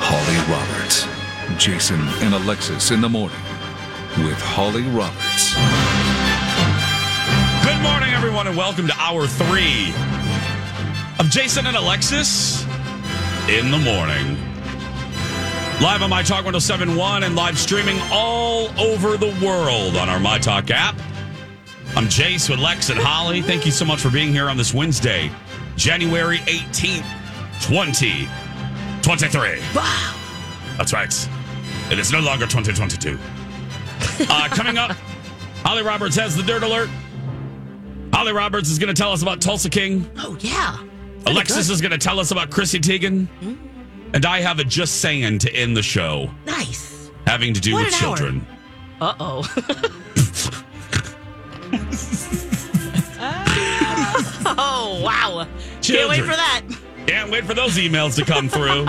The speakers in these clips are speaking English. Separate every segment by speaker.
Speaker 1: Holly Roberts. Jason and Alexis in the morning with Holly Roberts.
Speaker 2: Good morning, everyone, and welcome to hour three of Jason and Alexis in the morning. Live on My Talk 1071 and live streaming all over the world on our My Talk app. I'm Jace with Lex and Holly. Thank you so much for being here on this Wednesday, January 18th, 2023. Wow. That's right. It is no longer 2022. uh, coming up, Holly Roberts has the dirt alert. Holly Roberts is going to tell us about Tulsa King.
Speaker 3: Oh yeah. Hmm?
Speaker 2: Alexis is going to tell us about Chrissy Teigen. And I have a just saying to end the show
Speaker 3: Nice.
Speaker 2: having to do
Speaker 3: What
Speaker 2: with
Speaker 3: an hour.
Speaker 2: children.
Speaker 3: Uh oh. oh wow. Can't wait
Speaker 2: Children.
Speaker 3: for that.
Speaker 2: Can't wait for those emails to come through.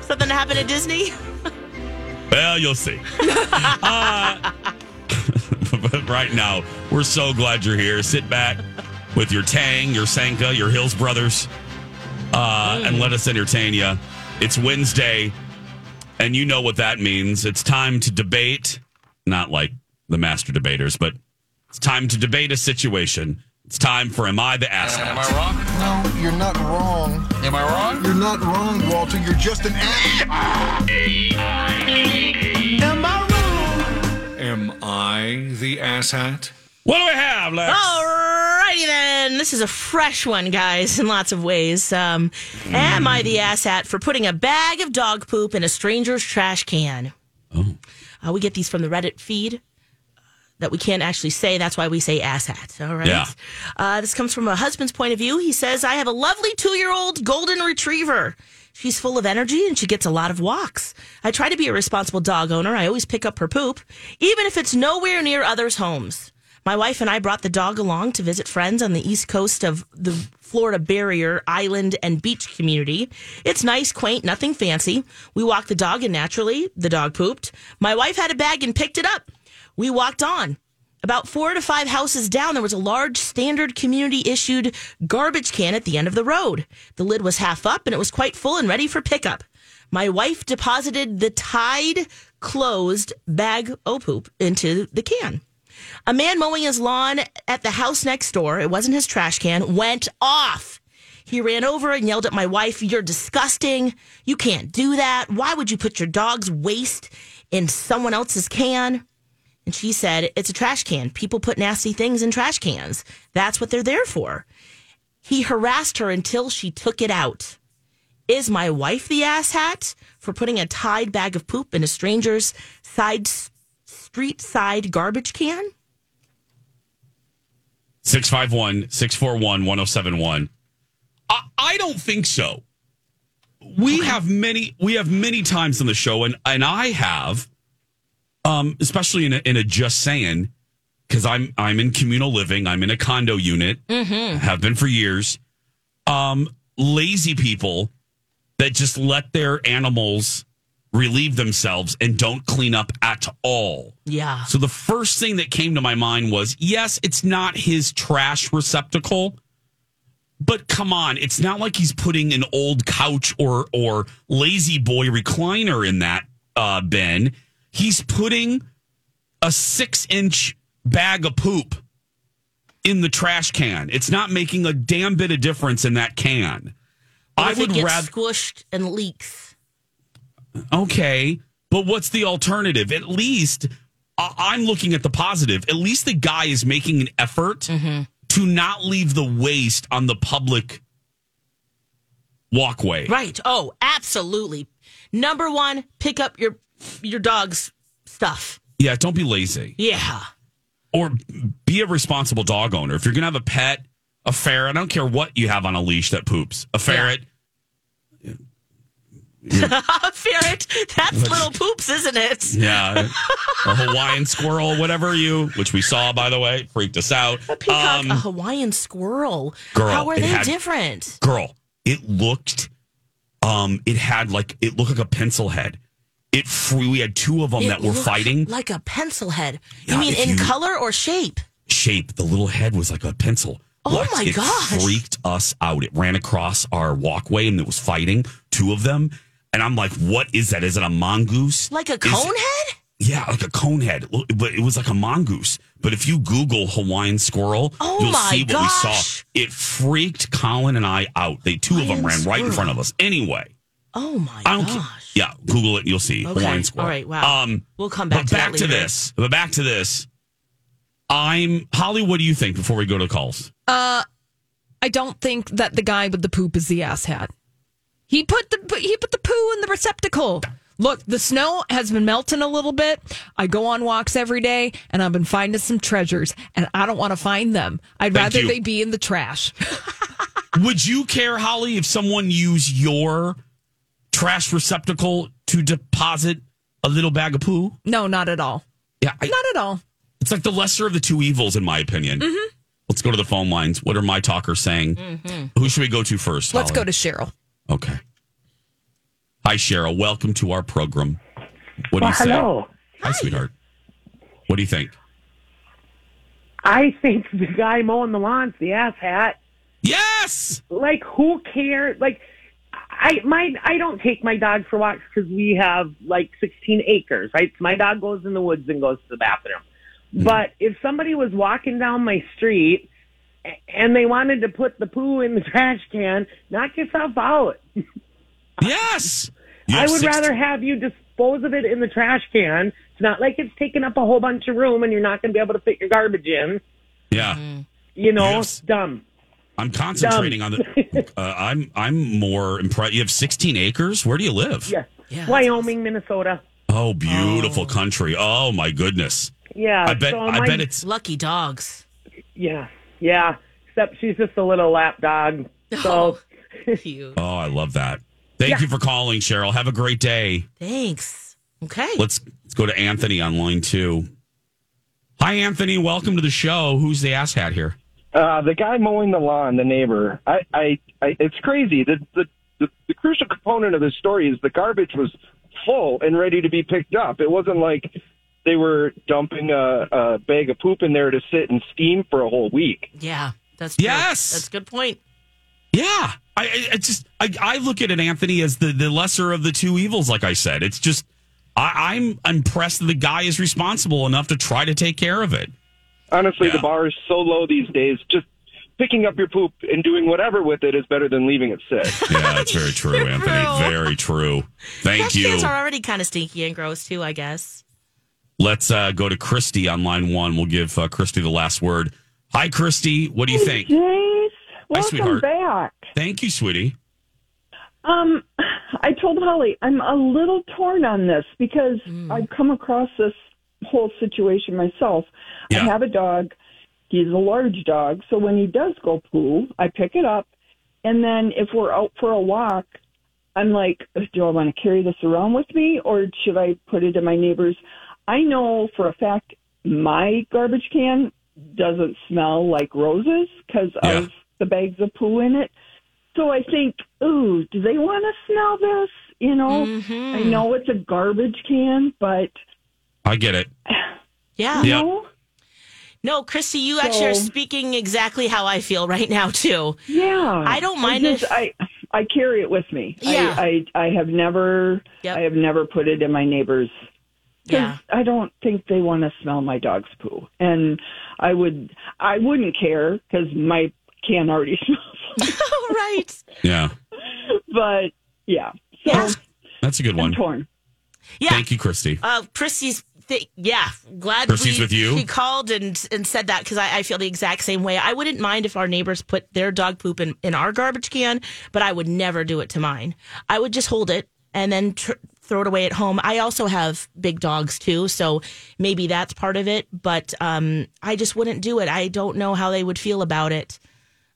Speaker 3: Something to happen at Disney?
Speaker 2: well, you'll see. Uh, but right now, we're so glad you're here. Sit back with your Tang, your Sanka, your Hills Brothers, uh, and let us entertain you. It's Wednesday, and you know what that means. It's time to debate, not like the master debaters, but it's time to debate a situation. It's time for Am I the Asshole?
Speaker 4: Am I wrong? No, you're not wrong. Am I wrong? You're not wrong, Walter. You're just an ass.
Speaker 1: Am I the asshat?
Speaker 2: What do we have, Lex?
Speaker 3: Alrighty then. This is a fresh one, guys, in lots of ways. Um, Am I the ass hat for putting a bag of dog poop in a stranger's trash can? Oh. Uh, we get these from the Reddit feed uh, that we can't actually say. That's why we say ass hat. All right.
Speaker 2: Yeah.
Speaker 3: Uh, this comes from a husband's point of view. He says, I have a lovely two year old golden retriever. She's full of energy and she gets a lot of walks. I try to be a responsible dog owner. I always pick up her poop, even if it's nowhere near others' homes. My wife and I brought the dog along to visit friends on the east coast of the Florida barrier, island, and beach community. It's nice, quaint, nothing fancy. We walked the dog, and naturally, the dog pooped. My wife had a bag and picked it up. We walked on. About four to five houses down, there was a large standard community issued garbage can at the end of the road. The lid was half up and it was quite full and ready for pickup. My wife deposited the tied, closed bag o poop into the can. A man mowing his lawn at the house next door, it wasn't his trash can, went off. He ran over and yelled at my wife, You're disgusting. You can't do that. Why would you put your dog's waste in someone else's can? And she said, It's a trash can. People put nasty things in trash cans. That's what they're there for. He harassed her until she took it out. Is my wife the asshat for putting a tied bag of poop in a stranger's side street side garbage can?
Speaker 2: 651 641 1071. I don't think so. We have many we have many times on the show and and I have um especially in a, in a just saying cuz I'm I'm in communal living, I'm in a condo unit. Have been for years. Um lazy people that just let their animals relieve themselves and don't clean up at all.
Speaker 3: Yeah.
Speaker 2: So the first thing that came to my mind was yes, it's not his trash receptacle, but come on, it's not like he's putting an old couch or or lazy boy recliner in that uh, bin. He's putting a six inch bag of poop in the trash can. It's not making a damn bit of difference in that can.
Speaker 3: What
Speaker 2: I
Speaker 3: if it
Speaker 2: would
Speaker 3: gets
Speaker 2: rather
Speaker 3: squished and leaks.
Speaker 2: okay, but what's the alternative? At least I- I'm looking at the positive. At least the guy is making an effort
Speaker 3: Mm-hmm.
Speaker 2: to not leave the waste on the public walkway.
Speaker 3: Right. Oh, absolutely. Number one, pick up your your dog's stuff.
Speaker 2: Yeah, don't be lazy.
Speaker 3: Yeah.
Speaker 2: or be a responsible dog owner. If you're going to have a pet, a ferret, I don't care what you have on a leash that poops, a ferret.
Speaker 3: A ferret. That's little poops, isn't it?
Speaker 2: Yeah. a Hawaiian squirrel, whatever you, which we saw, by the way, freaked us out. Um,
Speaker 3: A peacock, a Hawaiian squirrel.
Speaker 2: Girl,
Speaker 3: How are
Speaker 2: it
Speaker 3: they
Speaker 2: had-
Speaker 3: different?
Speaker 2: girl, it looked, um, it had like, it looked like a pencil head. It free, we had two of them that
Speaker 3: It
Speaker 2: were
Speaker 3: looked
Speaker 2: fighting.
Speaker 3: Like a pencil head.
Speaker 2: Yeah,
Speaker 3: you mean
Speaker 2: if
Speaker 3: in
Speaker 2: you-
Speaker 3: color or shape?
Speaker 2: shape. The little head was like a pencil.
Speaker 3: Oh my
Speaker 2: it
Speaker 3: gosh.
Speaker 2: freaked us out. It ran across our walkway and it was fighting two of them. And I'm like, what is that? Is it a mongoose?
Speaker 3: Like a
Speaker 2: Is-
Speaker 3: cone head?
Speaker 2: Yeah, like a cone head. It lo- But it was like a mongoose. But if you Google Hawaiian squirrel,
Speaker 3: Oh
Speaker 2: you'll
Speaker 3: my
Speaker 2: see what we
Speaker 3: gosh.
Speaker 2: saw. It freaked Colin and I out. They two of them
Speaker 3: Hawaiian
Speaker 2: ran right in
Speaker 3: squirrel.
Speaker 2: front of us. Anyway,
Speaker 3: Oh my
Speaker 2: I don't
Speaker 3: gosh.
Speaker 2: care. Yeah, Google it. You'll see
Speaker 3: Okay.
Speaker 2: Hawaiian squirrel.
Speaker 3: All right, wow. We'll come back
Speaker 2: Um, but
Speaker 3: to that
Speaker 2: back to
Speaker 3: later.
Speaker 2: this. But back to this. I'm Holly. What do you think before we go to calls?
Speaker 5: I don't think that the guy with the poop is the ass hat. He put the he put the poo in the receptacle. Look, the snow has been melting a little bit. I go on walks every day, and I've been finding some treasures, and I don't want to find them. I'd
Speaker 2: Thank
Speaker 5: rather
Speaker 2: you.
Speaker 5: they be in the trash.
Speaker 2: Would you care, Holly, if someone used your trash receptacle to deposit a little bag of poo?
Speaker 5: No, not at all.
Speaker 2: Yeah, I,
Speaker 5: Not at all.
Speaker 2: it's like the lesser of the two evils, in my opinion.
Speaker 3: Mm-hmm.
Speaker 2: Let's go to the phone lines. What are my talkers saying?
Speaker 3: Mm-hmm.
Speaker 2: Who should we go to first?
Speaker 5: Let's
Speaker 2: Holly?
Speaker 5: go to Cheryl.
Speaker 2: Okay. Hi, Cheryl. Welcome to our program. What do
Speaker 6: Well,
Speaker 2: you say?
Speaker 6: hello.
Speaker 2: Hi, sweetheart. What do you think?
Speaker 6: I think the guy mowing the lawn's the asshat.
Speaker 2: Yes.
Speaker 6: Like, who cares? Like, I my I don't take my dog for walks because we have like 16 acres, right? So my dog goes in the woods and goes to the bathroom.
Speaker 2: Mm-hmm.
Speaker 6: But if somebody was walking down my street a- and they wanted to put the poo in the trash can, knock yourself out.
Speaker 2: Yes. You
Speaker 6: I
Speaker 2: have
Speaker 6: would
Speaker 2: 16
Speaker 6: rather have you dispose of it in the trash can. It's not like it's taking up a whole bunch of room and you're not going to be able to fit your garbage in.
Speaker 2: Yeah.
Speaker 6: You know,
Speaker 2: Yes.
Speaker 6: dumb.
Speaker 2: I'm concentrating on the. Uh, I'm I'm more impressed. You have 16 acres. Where do you live?
Speaker 6: Yes.
Speaker 3: Yeah, that's
Speaker 6: Wyoming, Minnesota.
Speaker 2: Oh, beautiful country. Oh my goodness.
Speaker 6: Yeah.
Speaker 2: I bet.
Speaker 6: Uh, so
Speaker 2: I
Speaker 6: my-
Speaker 2: bet it's.
Speaker 3: Lucky dogs.
Speaker 6: Yeah. Yeah. Except she's just a little lap dog. So
Speaker 3: Cute.
Speaker 2: Oh, I love that. Thank you for calling, Cheryl. Have a great day.
Speaker 3: Thanks. Okay.
Speaker 2: Let's let's go to Anthony on line two. Hi, Anthony. Welcome to the show. Who's the asshat here?
Speaker 7: Uh, the guy mowing the lawn, the neighbor. I, I, I it's crazy. The, the the the crucial component of this story is the garbage was full and ready to be picked up. It wasn't like they were dumping a, a bag of poop in there to sit and steam for a whole week.
Speaker 3: Yeah. That's true.
Speaker 2: Yes.
Speaker 3: That's a good point.
Speaker 2: Yeah, I, I, I just I, I look at it, Anthony, as the the lesser of the two evils. Like I said, it's just I, I'm impressed that the guy is responsible enough to try to take care of it.
Speaker 7: Honestly,
Speaker 2: Yeah.
Speaker 7: the bar is so low these days. Just picking up your poop and doing whatever with it is better than leaving it sit.
Speaker 2: Yeah, that's very true, Anthony. Very true. Thank
Speaker 3: Trash
Speaker 2: you.
Speaker 3: cans are already kind of stinky and gross too, I guess.
Speaker 2: Let's uh, go to Christy on line one. We'll give uh, Christy the last word. Hi, Christy. What do you think?
Speaker 8: Jace, welcome
Speaker 2: sweetheart.
Speaker 8: back.
Speaker 2: Thank you, sweetie.
Speaker 8: Um, I told Holly I'm a little torn on this because I've come across this whole situation myself.
Speaker 2: Yeah.
Speaker 8: I have a dog. He's a large dog, so when he does go poo, I pick it up, and then if we're out for a walk, I'm like, do I want to carry this around with me, or should I put it in my neighbor's? I know for a fact my garbage can doesn't smell like roses because
Speaker 2: Yeah.
Speaker 8: of the bags of poo in it. So I think, ooh, do they want to smell this? You know, I know it's a garbage can, but
Speaker 2: I get it.
Speaker 3: Yeah.
Speaker 2: Yeah.
Speaker 3: No, Christy, you actually are
Speaker 8: So-
Speaker 3: speaking exactly how I feel right now too.
Speaker 8: yeah,
Speaker 3: I don't mind
Speaker 8: I just,
Speaker 3: if-
Speaker 8: I I carry it with me.
Speaker 3: Yeah.
Speaker 8: I I, I have never
Speaker 3: Yep.
Speaker 8: I have never put it in my neighbor's. 'cause
Speaker 3: Yeah.
Speaker 8: I don't think they want to smell my dog's poo, and I would I wouldn't care because my can already smells.
Speaker 3: All right.
Speaker 2: Yeah.
Speaker 8: but yeah, so
Speaker 2: That's a good
Speaker 8: I'm
Speaker 2: one.
Speaker 8: torn.
Speaker 3: Yeah.
Speaker 2: Thank you, Christy.
Speaker 3: Uh, Chrissy's, th- yeah, glad
Speaker 2: Chrissy's
Speaker 3: we,
Speaker 2: with you?
Speaker 3: she called and and said that because I, I feel the exact same way. I wouldn't mind if our neighbors put their dog poop in, in our garbage can, but I would never do it to mine. I would just hold it and then tr- throw it away at home. I also have big dogs too, so maybe that's part of it. But um, I just wouldn't do it. I don't know how they would feel about it.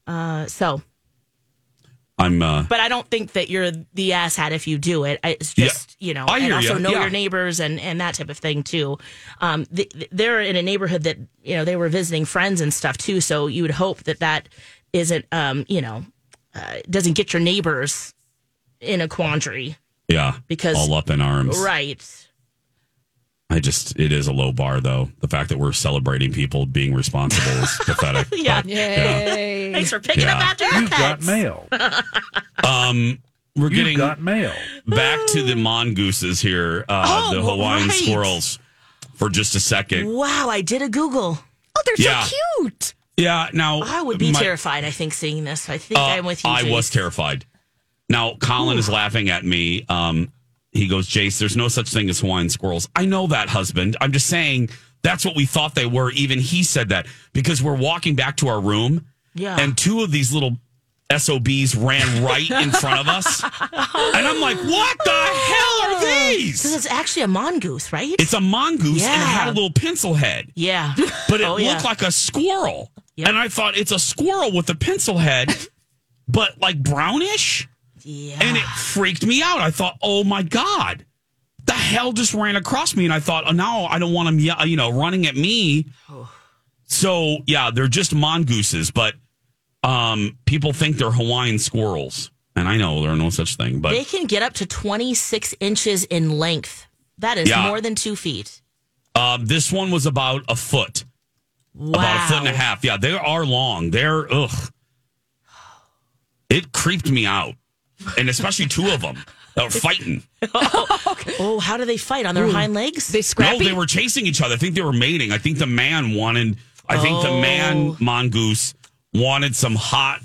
Speaker 3: Uh, so,
Speaker 2: I'm uh
Speaker 3: but I don't think that you're the asshat if you do it. I- It's
Speaker 2: Yeah.
Speaker 3: just you know,
Speaker 2: I
Speaker 3: and
Speaker 2: hear
Speaker 3: also
Speaker 2: ya.
Speaker 3: know
Speaker 2: Yeah.
Speaker 3: your neighbors and and that type of thing too. Um, th th- they're in a neighborhood that you know they were visiting friends and stuff too. So you would hope that that isn't um you know uh, doesn't get your neighbors in a quandary,
Speaker 2: yeah.
Speaker 3: Because-
Speaker 2: all up in arms.
Speaker 3: right?
Speaker 2: I just it is a low bar though. The fact that we're celebrating people being responsible is pathetic.
Speaker 3: Yeah.
Speaker 2: but,
Speaker 5: Yay.
Speaker 3: Thanks for picking up
Speaker 2: Yeah.
Speaker 3: after your pets.
Speaker 9: mail.
Speaker 2: Um we're
Speaker 9: You've
Speaker 2: getting
Speaker 9: got mail.
Speaker 2: back to the mongooses here, uh
Speaker 3: Oh,
Speaker 2: the Hawaiian
Speaker 3: right.
Speaker 2: squirrels for just a second.
Speaker 3: Wow, I did a Google.
Speaker 5: Oh, they're
Speaker 2: Yeah.
Speaker 5: so cute.
Speaker 2: Yeah, now
Speaker 3: I would be
Speaker 2: my-
Speaker 3: terrified. I think seeing this. I think
Speaker 2: Uh,
Speaker 3: I'm with you.
Speaker 2: I
Speaker 3: Jace.
Speaker 2: was terrified. Now Colin is laughing at me. Um, he goes, Jace, there's no such thing as Hawaiian squirrels. I know that, husband. I'm just saying that's what we thought they were. Even he said that because we're walking back to our room,
Speaker 3: Yeah.
Speaker 2: and two of these little SOBs ran right in front of us. And I'm like, what the hell are
Speaker 3: Because
Speaker 2: these?
Speaker 3: it's actually a mongoose, right?
Speaker 2: It's a mongoose and it had a
Speaker 3: Yeah.
Speaker 2: little pencil head,
Speaker 3: yeah.
Speaker 2: but it
Speaker 3: Oh,
Speaker 2: looked
Speaker 3: yeah.
Speaker 2: like a squirrel.
Speaker 3: Yeah.
Speaker 2: And I thought it's a squirrel with a pencil head, but like brownish
Speaker 3: Yeah.
Speaker 2: and it freaked me out. I thought, oh my god, the hell just ran across me, and I thought, oh now I don't want them, ye- you know, running at me. So yeah, they're just mongooses, but um, people think they're Hawaiian squirrels, and I know there are no such thing, but
Speaker 3: They can get up to 26 inches in length. That is
Speaker 2: Yeah.
Speaker 3: more than two feet.
Speaker 2: uh, this one was about a foot,
Speaker 3: Wow.
Speaker 2: about a foot and a half. Yeah, they are long. They're ugh. It creeped me out, and especially two of them that were fighting.
Speaker 3: Oh, how do they fight? On their hind legs?
Speaker 5: They scrappy.
Speaker 2: No, they were chasing each other. I think they were mating. I think the man wanted. I think the man
Speaker 3: Oh.
Speaker 2: mongoose wanted some hot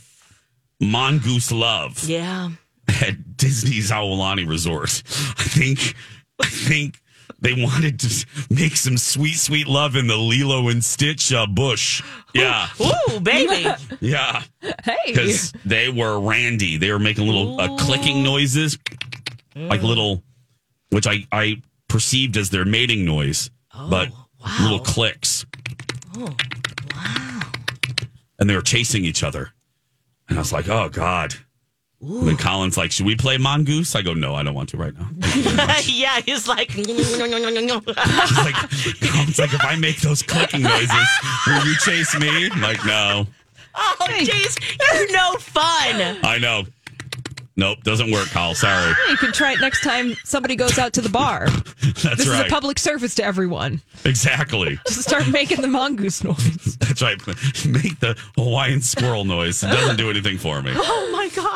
Speaker 2: mongoose love
Speaker 3: yeah.
Speaker 2: at Disney's Aulani Resort. I think. I think they wanted to make some sweet, sweet love in the Lilo and Stitch uh, bush. Yeah,
Speaker 3: Ooh, baby.
Speaker 2: yeah,
Speaker 5: Hey.
Speaker 2: because they were randy. They were making little uh, clicking noises, like little, which I I perceived as their mating noise, but
Speaker 3: wow.
Speaker 2: little clicks. and they were chasing each other. And I was like, oh God. And then Colin's like, should we play Mongoose? I go, no, I don't want to right now.
Speaker 3: yeah, he's like.
Speaker 2: He's like,
Speaker 3: oh,
Speaker 2: Colin's like, if I make those clicking noises, will you chase me? I'm like, no,
Speaker 3: oh, jeez. You're no fun.
Speaker 2: I know. Nope, doesn't work, Kyle. Sorry.
Speaker 5: You can try it next time somebody goes out to the bar.
Speaker 2: That's
Speaker 5: This is
Speaker 2: right.
Speaker 5: a public service to everyone.
Speaker 2: exactly.
Speaker 5: Just start making the mongoose noise.
Speaker 2: That's right. Make the Hawaiian squirrel noise. It doesn't do anything for me.
Speaker 3: Oh, my God.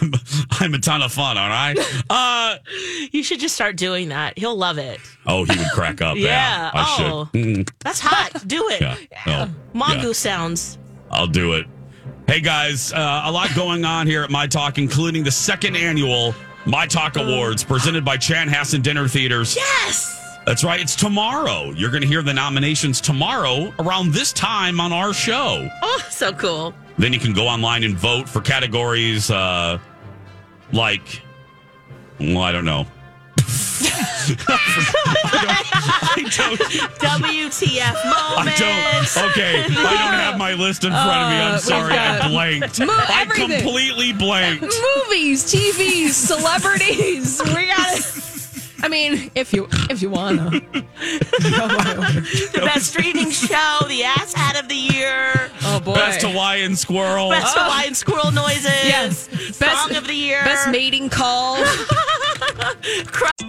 Speaker 2: I'm, I'm a ton of fun, aren't I? Uh,
Speaker 3: you should just start doing that. He'll love it.
Speaker 2: oh, he would crack up. Yeah.
Speaker 3: Yeah.
Speaker 2: I
Speaker 3: Oh.
Speaker 2: should. Mm,
Speaker 3: That's hot. Do it.
Speaker 2: yeah. No.
Speaker 3: Mongoose
Speaker 2: Yeah.
Speaker 3: sounds.
Speaker 2: I'll do it. Hey guys, uh, a lot going on here at My Talk, including the second annual My Talk Awards presented by Chanhassen Dinner Theaters.
Speaker 3: Yes.
Speaker 2: That's right, it's tomorrow. You're going to hear the nominations tomorrow around this time on our show.
Speaker 3: Oh, so cool.
Speaker 2: Then you can go online and vote for categories uh, like, well, I don't know. I don't.
Speaker 3: WTF
Speaker 2: I
Speaker 3: moment.
Speaker 2: don't. Okay, I don't have my list in front of me. I'm
Speaker 5: Uh,
Speaker 2: sorry, I
Speaker 5: we've got-
Speaker 2: blanked.
Speaker 5: Move
Speaker 2: I
Speaker 5: everything.
Speaker 2: completely blanked.
Speaker 5: Movies, TVs, celebrities. We got it. I mean, if you if you wanna.
Speaker 3: the best streaming show, the ass hat of the year.
Speaker 5: Oh boy.
Speaker 2: Best Hawaiian squirrel.
Speaker 3: Best Hawaiian squirrel noises.
Speaker 5: Yes.
Speaker 3: Song of the year.
Speaker 5: Best mating call.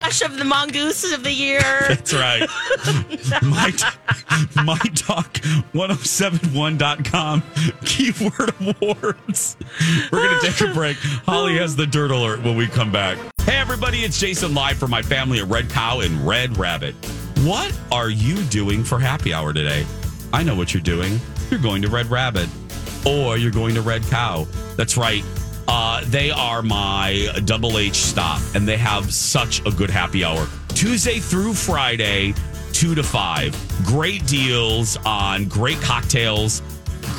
Speaker 3: Crush of the mongoose of the year.
Speaker 2: That's right. my, my oh talk 1071.com keyword awards. We're going to take a break. Holly has the dirt alert when we come back. Hey, everybody, it's Jason live for my family at Red Cow and Red Rabbit. What are you doing for happy hour today? I know what you're doing. You're going to Red Rabbit or you're going to Red Cow. That's right. Uh, they are my double H stop, and they have such a good happy hour. Tuesday through Friday, 2 to 5. Great deals on great cocktails,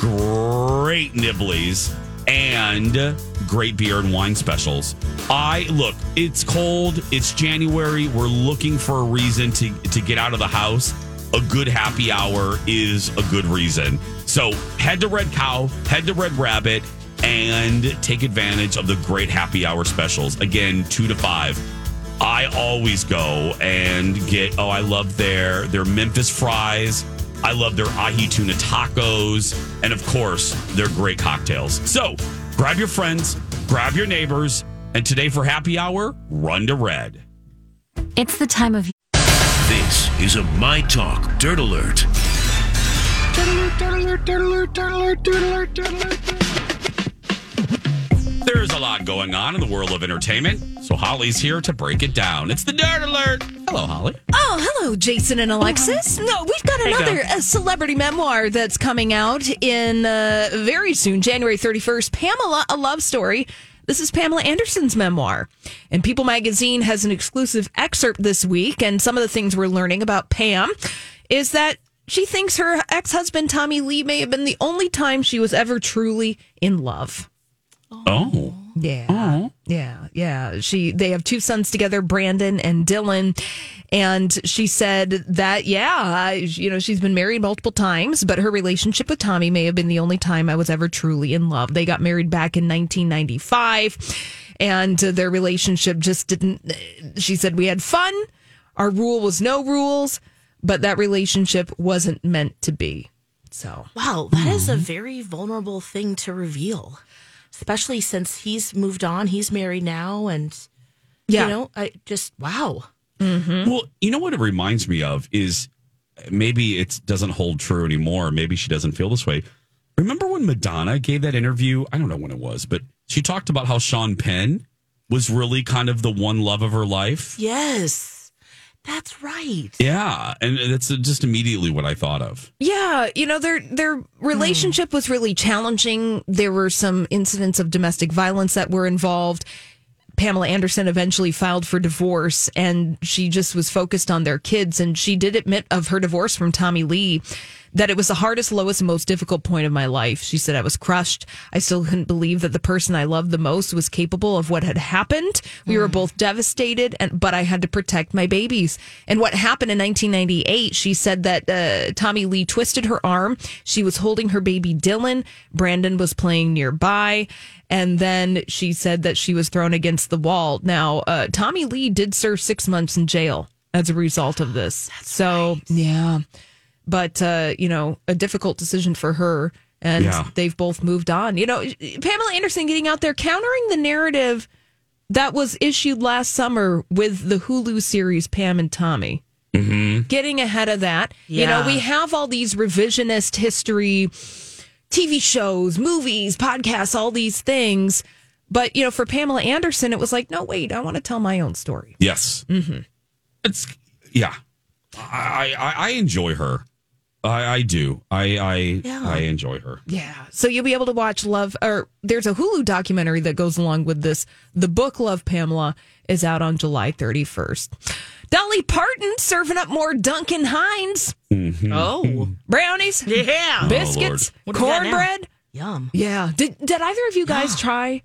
Speaker 2: great nibblies, and great beer and wine specials. I look, it's cold, it's January, we're looking for a reason to, to get out of the house a good happy hour is a good reason. So head to Red Cow, head to Red Rabbit, and take advantage of the great happy hour specials. Again, two to five. I always go and get. Oh, I love their their Memphis fries. I love their ahi tuna tacos, and of course, their great cocktails. So grab your friends, grab your neighbors, and today for happy hour, run to Red.
Speaker 10: It's the time of
Speaker 11: This is a My Talk Dirt Alert.
Speaker 2: There's a lot going on in the world of entertainment, so Holly's here to break it down. It's the Dirt Alert. Hello, Holly.
Speaker 5: Oh, hello, Jason and Alexis. No, we've got
Speaker 2: Hey,
Speaker 5: another
Speaker 2: Dom.
Speaker 5: uh, celebrity memoir that's coming out in uh, very soon, January 31st. Pamela, a love story. This is Pamela Anderson's memoir. And People Magazine has an exclusive excerpt this week. And some of the things we're learning about Pam is that she thinks her ex husband, Tommy Lee, may have been the only time she was ever truly in love.
Speaker 2: Oh.
Speaker 5: Yeah. Yeah. Yeah. She they have two sons together, Brandon and Dylan. And she said that yeah, I, you know, she's been married multiple times, but her relationship with Tommy may have been the only time I was ever truly in love. They got married back in 1995 and uh, their relationship just didn't she said we had fun. Our rule was no rules, but that relationship wasn't meant to be. So
Speaker 3: Wow, that is
Speaker 5: Mm-hmm.
Speaker 3: a very vulnerable thing to reveal, especially since he's moved on. He's married now, and
Speaker 5: Yeah.
Speaker 3: you know, I just wow.
Speaker 2: Well, you know what it reminds me of is maybe it doesn't hold true anymore. Maybe she doesn't feel this way. Remember when Madonna gave that interview? I don't know when it was, but she talked about how Sean Penn was really kind of the one love of her life.
Speaker 3: Yes, that's right.
Speaker 2: Yeah, and that's just immediately what I thought of.
Speaker 5: Yeah, you know their their relationship was really challenging. There were some incidents of domestic violence that were involved. Pamela Anderson eventually filed for divorce and she just was focused on their kids and she did admit of her divorce from Tommy Lee that it was the hardest, lowest, most difficult point of my life. She said I was crushed. I still couldn't believe that the person I loved the most was capable of what had happened. We were both devastated and but I had to protect my babies. And what happened in 1998, she said that uh, Tommy Lee twisted her arm. She was holding her baby Dylan. Brandon was playing nearby. And then she said that she was thrown against the wall. Now, uh, Tommy Lee did serve six months in jail as a result of this. so, yeah. But, uh, you know, a difficult decision for her. And
Speaker 2: Yeah.
Speaker 5: they've both moved on. You know, Pamela Anderson getting out there countering the narrative that was issued last summer with the Hulu series Pam and Tommy. Getting ahead of that. You know,
Speaker 3: Yeah.
Speaker 5: we have all these revisionist history, TV shows, movies, podcasts, all these things. But, you know, for Pamela Anderson, it was like, no, wait, I want to tell my own story.
Speaker 2: Yes, mm-hmm. it's yeah. I, I I enjoy her. I, I do. I I
Speaker 5: Yeah.
Speaker 2: I enjoy her.
Speaker 5: Yeah. So you'll be able to watch Love, or there's a Hulu documentary that goes along with this. The book Love Pamela is out on July 31st. Dolly Parton serving up more Duncan Hines.
Speaker 3: Oh.
Speaker 5: Brownies.
Speaker 3: Yeah. Oh,
Speaker 5: Biscuits.
Speaker 3: What do we got now?
Speaker 5: cornbread.
Speaker 3: Yum.
Speaker 5: Yeah. Did, did either of you guys try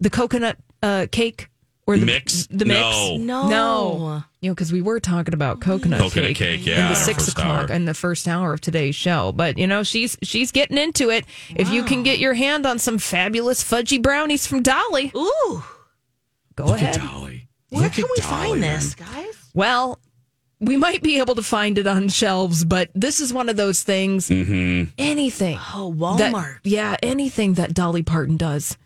Speaker 5: the coconut uh, cake or the
Speaker 2: Mix?
Speaker 5: The mix?
Speaker 2: No.
Speaker 3: No.
Speaker 5: No. You know, because we were talking about coconut,
Speaker 2: Coconut cake, yeah,
Speaker 5: in the
Speaker 2: in our
Speaker 5: six
Speaker 2: first
Speaker 5: o'clock
Speaker 2: hour.
Speaker 5: in the first hour of today's show. But you know, she's she's getting into it. If you can get your hand on some fabulous fudgy brownies from Dolly,
Speaker 3: ooh,
Speaker 5: go
Speaker 2: Look
Speaker 5: ahead.
Speaker 2: at Dolly.
Speaker 3: Where
Speaker 2: Look
Speaker 3: can
Speaker 2: at
Speaker 3: we
Speaker 2: Dolly,
Speaker 3: find
Speaker 2: man.
Speaker 3: this, guys?
Speaker 5: Well, we might be able to find it on shelves, but this is one of those things.
Speaker 2: Mm-hmm.
Speaker 5: Anything.
Speaker 3: Oh,
Speaker 5: that-
Speaker 3: Walmart.
Speaker 5: yeah, anything that Dolly Parton does.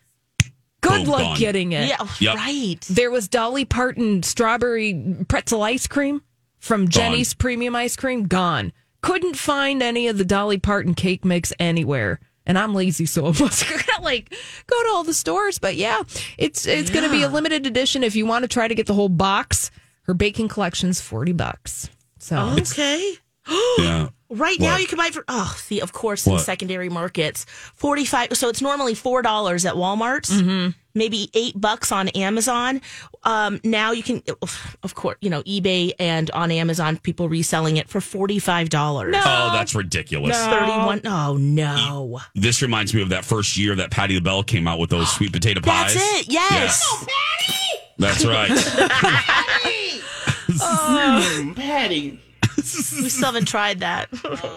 Speaker 5: Good
Speaker 2: Boom,
Speaker 5: luck
Speaker 2: gone.
Speaker 5: getting it.
Speaker 3: Yeah, Oh,
Speaker 2: Yep.
Speaker 3: right.
Speaker 5: There was Dolly Parton strawberry pretzel ice cream from Jenny's Premium Ice Cream. Gone. Couldn't find any of the Dolly Parton cake mix anywhere. And I'm lazy, so I wasn't gonna like go to all the stores. But yeah, it's it's gonna be a limited edition. If you want to try to get the whole box, her baking collection's forty bucks. So
Speaker 3: Oh, Okay.
Speaker 2: Yeah. Oh,
Speaker 3: Right now,
Speaker 2: What?
Speaker 3: you can buy for oh, see, of course, in
Speaker 2: What?
Speaker 3: secondary markets, forty five. So it's normally four dollars at Walmart, maybe eight bucks on Amazon. Um, now you can, of course, you know eBay and on Amazon, people reselling it for forty five dollars.
Speaker 2: Oh, that's ridiculous.
Speaker 3: thirty one. Oh no,
Speaker 2: This reminds me of that first year that Patty LaBelle came out with those sweet potato pies.
Speaker 3: that's it. Yes,
Speaker 2: That's right.
Speaker 6: Patty.
Speaker 3: we still haven't tried that.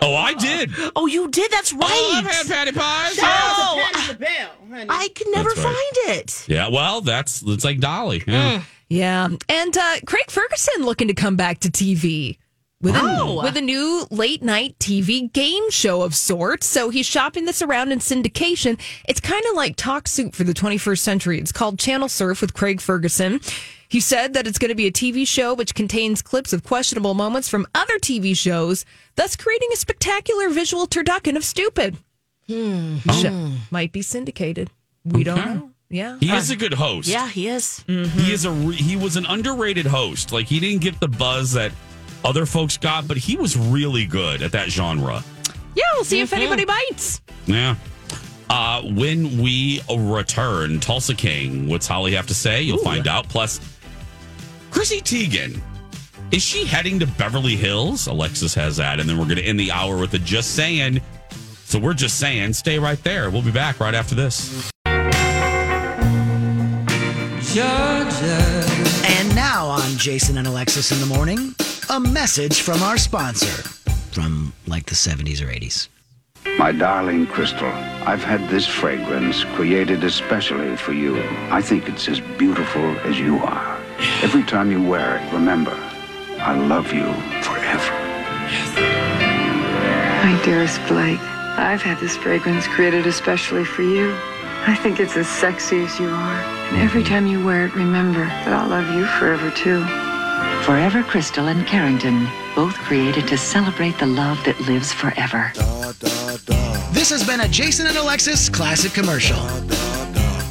Speaker 2: oh, I did.
Speaker 3: oh, you did. That's right.
Speaker 2: patty pies.
Speaker 3: no,
Speaker 6: I,
Speaker 3: I can never
Speaker 2: That's right.
Speaker 3: find it.
Speaker 2: Yeah, well, that's it's like Dolly.
Speaker 3: Mm.
Speaker 2: Yeah.
Speaker 5: Yeah, and uh, Craig Ferguson looking to come back to TV with a,
Speaker 3: Oh.
Speaker 5: with a new late night TV game show of sorts. So he's shopping this around in syndication. It's kind of like Talk Soup for the 21st century. It's called Channel Surf with Craig Ferguson. He said that it's going to be a TV show which contains clips of questionable moments from other TV shows, thus creating a spectacular visual turducken of stupid. Hmm. Might be syndicated. We don't
Speaker 2: Okay.
Speaker 5: know. Yeah.
Speaker 2: He is a good host.
Speaker 3: Yeah, he is.
Speaker 2: He is a re- he was an underrated host. Like he didn't get the buzz that other folks got, but he was really good at that genre.
Speaker 5: Yeah, we'll see if anybody bites.
Speaker 2: Yeah. Uh, when we return, Tulsa King, what's Holly have to say? You'll find out. Plus, Chrissy Teigen, is she heading to Beverly Hills? Alexis has that. And then we're going to end the hour with a just saying. So we're just saying, stay right there. We'll be back right after this.
Speaker 12: And now on Jason and Alexis in the morning, a message from our sponsor from like the 70s or 80s.
Speaker 13: My darling Crystal, I've had this fragrance created especially for you. I think it's as beautiful as you are. Every time you wear it, remember, I love you forever.
Speaker 14: My dearest Blake, I've had this fragrance created especially for you. I think it's as sexy as you are. And every time you wear it, remember that I'll love you forever, too.
Speaker 15: Forever Crystal and Carrington, both created to celebrate the love that lives forever.
Speaker 12: This has been a Jason and Alexis classic commercial.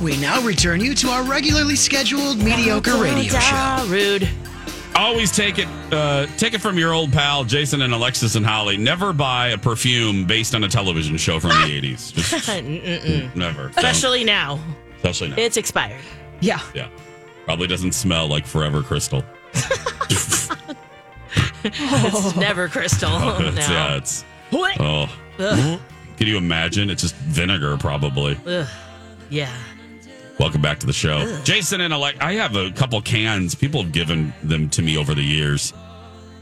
Speaker 12: We now return you to our regularly scheduled mediocre radio show.
Speaker 3: Rude.
Speaker 2: Always take it, uh, take it from your old pal Jason and Alexis and Holly. Never buy a perfume based on a television show from the eighties. Just
Speaker 3: Mm-mm.
Speaker 2: never, Don't.
Speaker 3: Especially now,
Speaker 2: especially now.
Speaker 3: it's expired.
Speaker 5: Yeah.
Speaker 2: Yeah. Probably doesn't smell like forever crystal.
Speaker 3: Oh, It's never crystal.
Speaker 12: Oh,
Speaker 2: It's- Yeah,
Speaker 3: no.
Speaker 2: it's
Speaker 3: What?
Speaker 2: oh.
Speaker 3: Ugh.
Speaker 2: Can you imagine? It's just vinegar, probably.
Speaker 3: Ugh. Yeah.
Speaker 2: Welcome back to the show, Jason and Alec. I have a couple cans. People have given them to me over the years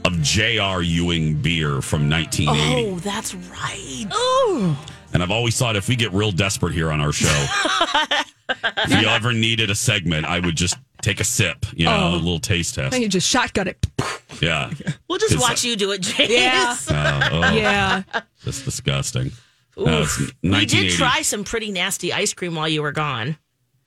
Speaker 2: of J.R. Ewing beer from 1980,
Speaker 3: Oh, that's right.
Speaker 2: and I've always thought if we get real desperate here on our show, if you ever needed a segment, I would just take a sip, you know,
Speaker 5: Oh.
Speaker 2: a little taste test.
Speaker 5: And you just shotgun it.
Speaker 2: Yeah.
Speaker 3: We'll just
Speaker 2: It's
Speaker 12: uh,
Speaker 3: watch you do it, James.
Speaker 5: Yeah.
Speaker 2: Uh, oh,
Speaker 5: Yeah.
Speaker 2: That's disgusting.
Speaker 3: Ooh.
Speaker 2: No, it's
Speaker 3: we
Speaker 2: 1980.
Speaker 3: did try some pretty nasty ice cream while you were gone.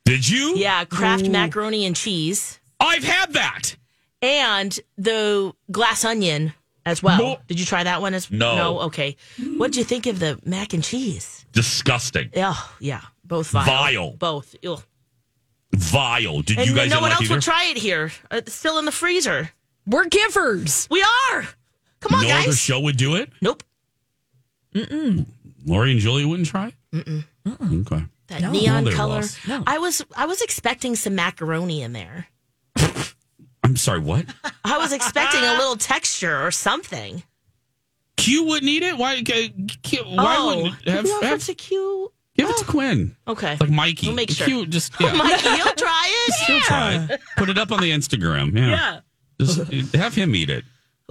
Speaker 2: Did you?
Speaker 3: Yeah, Kraft macaroni and cheese
Speaker 2: I've had that.
Speaker 3: and the glass onion as well.
Speaker 2: No.
Speaker 3: Did you try that one as
Speaker 2: No.
Speaker 3: No, okay. What did you think of the mac and cheese?
Speaker 2: Disgusting.
Speaker 3: Yeah, yeah, both vile.
Speaker 2: Vile.
Speaker 3: Both. Ugh.
Speaker 2: Vile. Did
Speaker 3: And
Speaker 2: you guys
Speaker 3: no
Speaker 2: not
Speaker 3: one
Speaker 2: like
Speaker 3: else
Speaker 2: either?
Speaker 3: will try it here. Uh, It's still in the freezer.
Speaker 5: We're givers.
Speaker 3: We are. Come on,
Speaker 2: no other
Speaker 3: guys.
Speaker 2: show would do it?
Speaker 3: Nope. Mm-mm.
Speaker 2: Lori and Julia wouldn't try it?
Speaker 3: Mm-mm.
Speaker 2: Okay.
Speaker 3: That
Speaker 2: No.
Speaker 3: neon
Speaker 2: No, they
Speaker 3: color.
Speaker 2: lost.
Speaker 3: I was I was expecting some macaroni in there.
Speaker 2: I'm sorry, what?
Speaker 3: I was expecting a little texture or something.
Speaker 2: Q wouldn't eat it? Why, uh, Q, why
Speaker 3: oh,
Speaker 2: wouldn't it have-
Speaker 3: you offer
Speaker 2: have-
Speaker 3: to Q?
Speaker 2: Give it to Quinn.
Speaker 3: Okay.
Speaker 2: Like Mikey.
Speaker 3: We'll make sure. Oh
Speaker 2: Q, just, yeah.
Speaker 3: Mikey, you'll try it.
Speaker 2: Just he'll try it. Put it up on the Instagram. Yeah.
Speaker 3: Yeah.
Speaker 2: Just uh, have him eat it.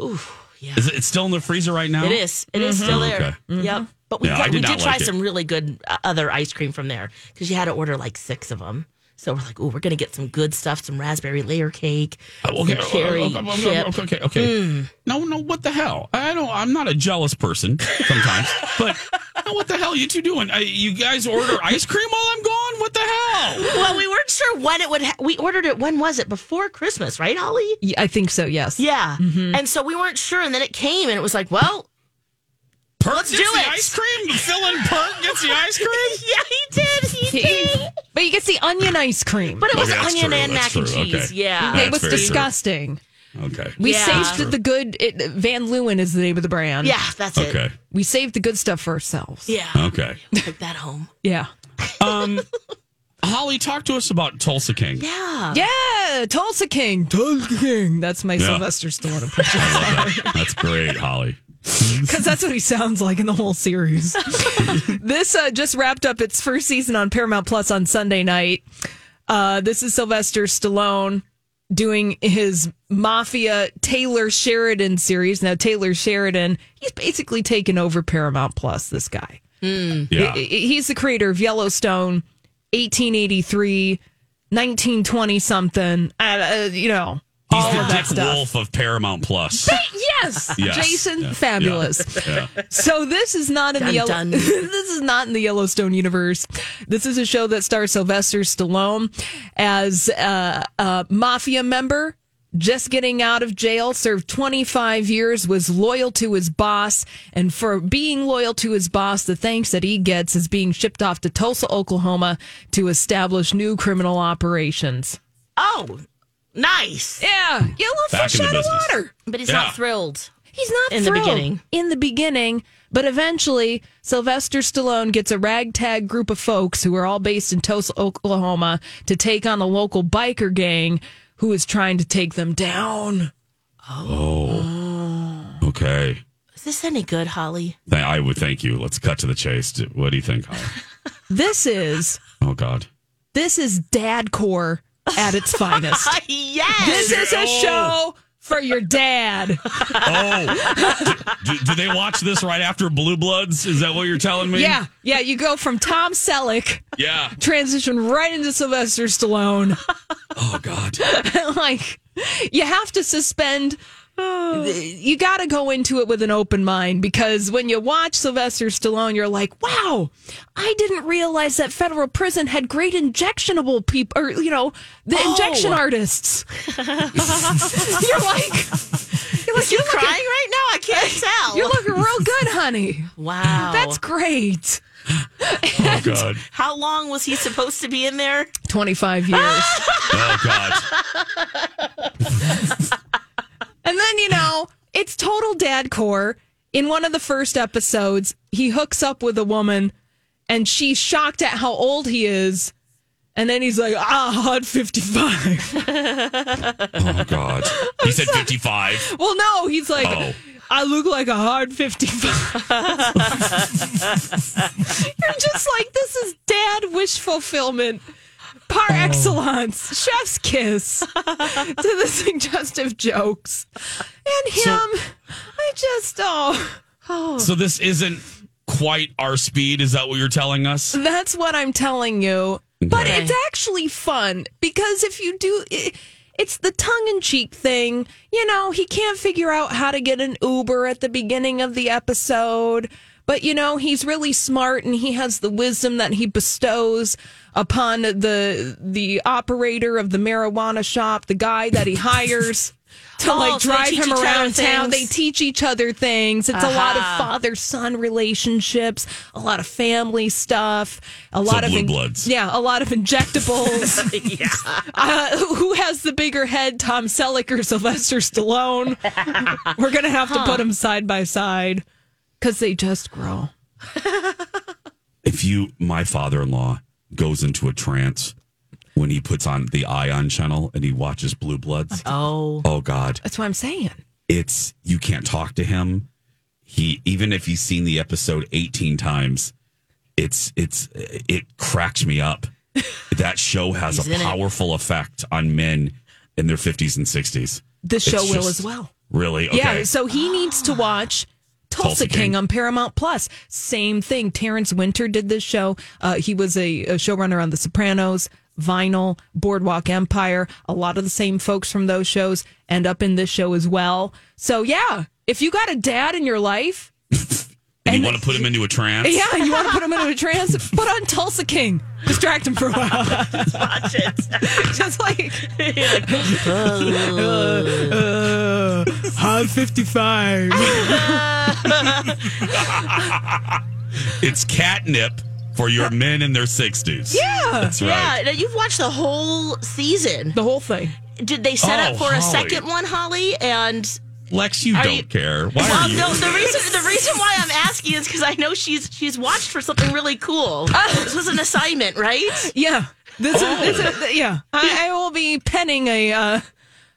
Speaker 3: Oof, yeah.
Speaker 2: Is it it's still in the freezer right now?
Speaker 3: It is. It is
Speaker 2: Mhm.
Speaker 3: still
Speaker 2: Oh,
Speaker 3: there.
Speaker 2: okay.
Speaker 3: Yep. Mm-hmm. But we
Speaker 2: Yeah, I
Speaker 3: got,
Speaker 2: did
Speaker 3: we
Speaker 2: not
Speaker 3: did try
Speaker 2: like it.
Speaker 3: some really good uh, other ice cream from there because you had to order like six of them. So we're like, oh, we're gonna get some good stuff, some raspberry layer cake,
Speaker 2: Oh, okay,
Speaker 3: some cherry
Speaker 2: okay, okay,
Speaker 3: chip. Mm.
Speaker 2: okay, okay, okay. No, no, what the hell? I don't. I'm not a jealous person sometimes, but no, what the hell you two doing? I, you guys order ice cream while I'm gone? What the hell?
Speaker 3: well, we weren't sure when it would. Ha- we ordered it. When was it? Before Christmas, right, Holly?
Speaker 5: I think so, yes.
Speaker 3: Yeah.
Speaker 2: Mm-hmm.
Speaker 3: And so we weren't sure, and then it came, and it was like, well,
Speaker 2: Perk
Speaker 3: let's do
Speaker 2: gets the
Speaker 3: it.
Speaker 2: ice cream. Phil and Perk gets the ice cream.
Speaker 3: yeah, he did. He did.
Speaker 5: But you get the onion ice cream.
Speaker 3: But it was
Speaker 2: Okay, that's
Speaker 3: onion
Speaker 2: true,
Speaker 3: and
Speaker 2: that's
Speaker 3: mac and
Speaker 2: true,
Speaker 3: cheese.
Speaker 2: okay.
Speaker 3: Yeah.
Speaker 2: That's
Speaker 5: it was
Speaker 2: very true.
Speaker 5: disgusting.
Speaker 2: Okay.
Speaker 5: We
Speaker 3: Yeah.
Speaker 5: saved the good. It, Van Leeuwen is the name of the brand.
Speaker 3: Yeah, that's it.
Speaker 2: Okay.
Speaker 5: We saved the good stuff for ourselves.
Speaker 3: Yeah.
Speaker 2: Okay.
Speaker 3: Take that home.
Speaker 5: Yeah.
Speaker 2: Um, Holly, talk to us about Tulsa King.
Speaker 3: Yeah.
Speaker 5: Yeah. Tulsa King. Tulsa King. That's my
Speaker 2: Yeah.
Speaker 5: Sylvester Stallone
Speaker 2: That's great, Holly.
Speaker 5: because that's what he sounds like in the whole series. this uh, just wrapped up its first season on Paramount Plus on Sunday night. Uh, this is Sylvester Stallone doing his Mafia Taylor Sheridan series. Now, Taylor Sheridan, he's basically taken over Paramount Plus, this guy.
Speaker 2: Yeah.
Speaker 5: I- I- He's the creator of Yellowstone, 1883, 1920 something, uh, uh, you know,
Speaker 2: He's
Speaker 5: all
Speaker 2: the
Speaker 5: of that
Speaker 2: Dick
Speaker 5: stuff.
Speaker 2: Wolf of Paramount Plus.
Speaker 5: Yes,
Speaker 2: Yes.
Speaker 5: Jason,
Speaker 2: Yeah.
Speaker 5: fabulous.
Speaker 2: Yeah. Yeah.
Speaker 5: So this is not in the
Speaker 3: Dun,
Speaker 5: Yellow-
Speaker 3: dun.
Speaker 5: this is not in the Yellowstone universe. This is a show that stars Sylvester Stallone as a, a mafia member just getting out of jail, served 25 years, was loyal to his boss, and for being loyal to his boss, the thanks that he gets is being shipped off to Tulsa, Oklahoma to establish new criminal operations.
Speaker 3: Oh, nice.
Speaker 5: Yeah, yellow
Speaker 2: Back
Speaker 5: fish
Speaker 2: in the
Speaker 5: out of
Speaker 2: business.
Speaker 5: water.
Speaker 3: But he's
Speaker 2: Yeah.
Speaker 3: not thrilled.
Speaker 5: He's not
Speaker 3: In the
Speaker 5: thrilled
Speaker 3: beginning.
Speaker 5: In the beginning, but eventually, Sylvester Stallone gets a ragtag group of folks who are all based in Tulsa, Oklahoma, to take on a local biker gang who is trying to take them down.
Speaker 2: Oh. Okay.
Speaker 3: Is this any good, Holly?
Speaker 2: Th- I would thank you. Let's cut to the chase. D- What do you think, Holly?
Speaker 5: This is
Speaker 2: Oh God.
Speaker 5: this is dadcore at its finest.
Speaker 3: Uh, yes.
Speaker 5: This is a
Speaker 3: Oh.
Speaker 5: show for your dad.
Speaker 2: Oh, do, do they watch this right after Blue Bloods? Is that what you're telling me?
Speaker 5: Yeah, yeah. You go from Tom Selleck
Speaker 2: Yeah.
Speaker 5: transition right into Sylvester Stallone.
Speaker 2: Oh God.
Speaker 5: like you have to suspend you got to go into it with an open mind because when you watch Sylvester Stallone you're like wow I didn't realize that federal prison had great injectionable people or you know the
Speaker 3: Oh.
Speaker 5: injection artists you're like you're like
Speaker 3: You
Speaker 5: you're
Speaker 3: crying
Speaker 5: looking,
Speaker 3: right now? I can't tell.
Speaker 5: you're looking real good honey
Speaker 3: wow.
Speaker 5: that's great
Speaker 2: Oh God.
Speaker 3: How long was he supposed to be in there?
Speaker 5: 25 years
Speaker 2: Oh God.
Speaker 5: And then, you know, it's total dad core. In one of the first episodes, he hooks up with a woman and she's shocked at how old he is. And then he's like, ah, i 55.
Speaker 2: Oh God. He said 55.
Speaker 5: well, no, he's like,
Speaker 2: Oh.
Speaker 5: I look like a hard 55. You're just like, this is dad wish fulfillment par excellence, chef's kiss to the suggestive jokes. And him,
Speaker 2: So-
Speaker 5: I just, oh.
Speaker 2: So this isn't quite our speed. Is that what you're telling us?
Speaker 5: That's what I'm telling you. But
Speaker 2: Okay.
Speaker 5: it's actually fun because if you do, it, it's the tongue in cheek thing. You know, he can't figure out how to get an Uber at the beginning of the episode. But, you know, he's really smart and he has the wisdom that he bestows upon the the operator of the marijuana shop, the guy that he hires to
Speaker 3: Oh,
Speaker 5: like
Speaker 3: so they
Speaker 5: drive
Speaker 3: teach
Speaker 5: him
Speaker 3: each other
Speaker 5: around town.
Speaker 3: things.
Speaker 5: They teach each other things. It's a lot of
Speaker 3: Aha.
Speaker 5: father son relationships, a lot of family stuff, a lot of
Speaker 2: Blue Bloods.
Speaker 5: yeah, a lot of injectables.
Speaker 3: yeah.
Speaker 5: uh, who who has the bigger head, Tom Selleck or Sylvester Stallone? We're gonna have to put them side by side. because they just grow.
Speaker 2: if you my father-in-law goes into a trance when he puts on the ion channel and he watches blue bloods
Speaker 3: oh
Speaker 2: oh god
Speaker 5: That's what I'm saying.
Speaker 2: it's you can't talk to him he even if he's seen the episode 18 times it's it's it cracks me up that show has
Speaker 5: He's
Speaker 2: a
Speaker 5: in it.
Speaker 2: powerful effect on men in their 50s and 60s
Speaker 5: The
Speaker 2: It's
Speaker 5: show will
Speaker 2: just-
Speaker 5: as well.
Speaker 2: really okay
Speaker 5: Yeah, so he needs to watch Tulsa
Speaker 2: Tulsa
Speaker 5: King.
Speaker 2: King.
Speaker 5: on Paramount Plus. Same thing. Terrence Winter did this show. Uh, he was a, a showrunner on The Sopranos, Vinyl, Boardwalk Empire. A lot of the same folks from those shows end up in this show as well. So yeah, if you got a dad in your life,
Speaker 2: and, you want to put him into a trance
Speaker 5: yeah, you want to put him into a trance, put on Tulsa King. Distract him for a while. Just watch it. Just like,
Speaker 16: Uh, hot 55.
Speaker 2: it's catnip for your men in their 60s that's right
Speaker 3: Yeah. Now you've watched the whole season. The
Speaker 5: whole thing.
Speaker 3: Did they set
Speaker 2: Oh,
Speaker 3: up for
Speaker 2: Holly.
Speaker 3: a second one, Holly? And
Speaker 2: Lex, you
Speaker 3: Are
Speaker 2: don't
Speaker 3: you-
Speaker 2: care. Why
Speaker 3: well,
Speaker 2: are you?
Speaker 3: no, the reason the reason why I'm asking is because I know she's she's watched for something really cool. this was an assignment, right?
Speaker 5: Yeah. This is,
Speaker 2: Oh.
Speaker 5: this is yeah. I, I will be penning a uh,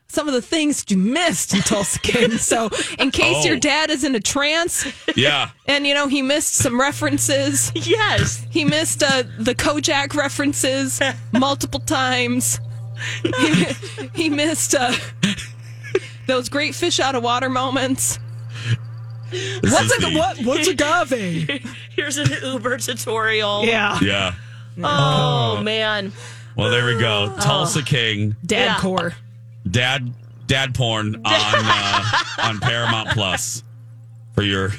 Speaker 5: some of the things you missed in Tulsa King. So in case
Speaker 2: Oh.
Speaker 5: your dad is in a trance
Speaker 2: yeah,
Speaker 5: and you know he missed some references.
Speaker 3: Yes,
Speaker 5: he missed uh, the Kojak references multiple times. He, he missed uh, those great fish out of water moments.
Speaker 2: This
Speaker 5: what's
Speaker 2: is
Speaker 5: a
Speaker 2: the-
Speaker 5: what, what's agave?
Speaker 3: Here's an Uber tutorial.
Speaker 5: Yeah.
Speaker 2: yeah.
Speaker 3: Oh man,
Speaker 2: Well, there we
Speaker 5: Oh.
Speaker 2: go. Tulsa King,
Speaker 5: dad
Speaker 3: Yeah.
Speaker 5: core.
Speaker 2: dad, dad porn on uh, on Paramount Plus for your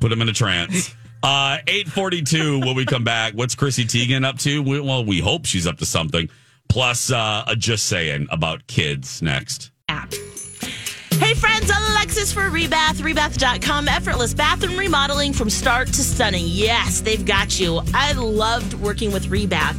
Speaker 2: put him in a trance. Uh, Eight forty two. When we come back, what's Chrissy Teigen up to? We, well, we hope she's up to something. Plus, uh, a just saying about kids next.
Speaker 3: Hey friends, Alexis for Rebath, rebath.com. Effortless bathroom remodeling from start to stunning. Yes, they've got you. I loved working with Rebath.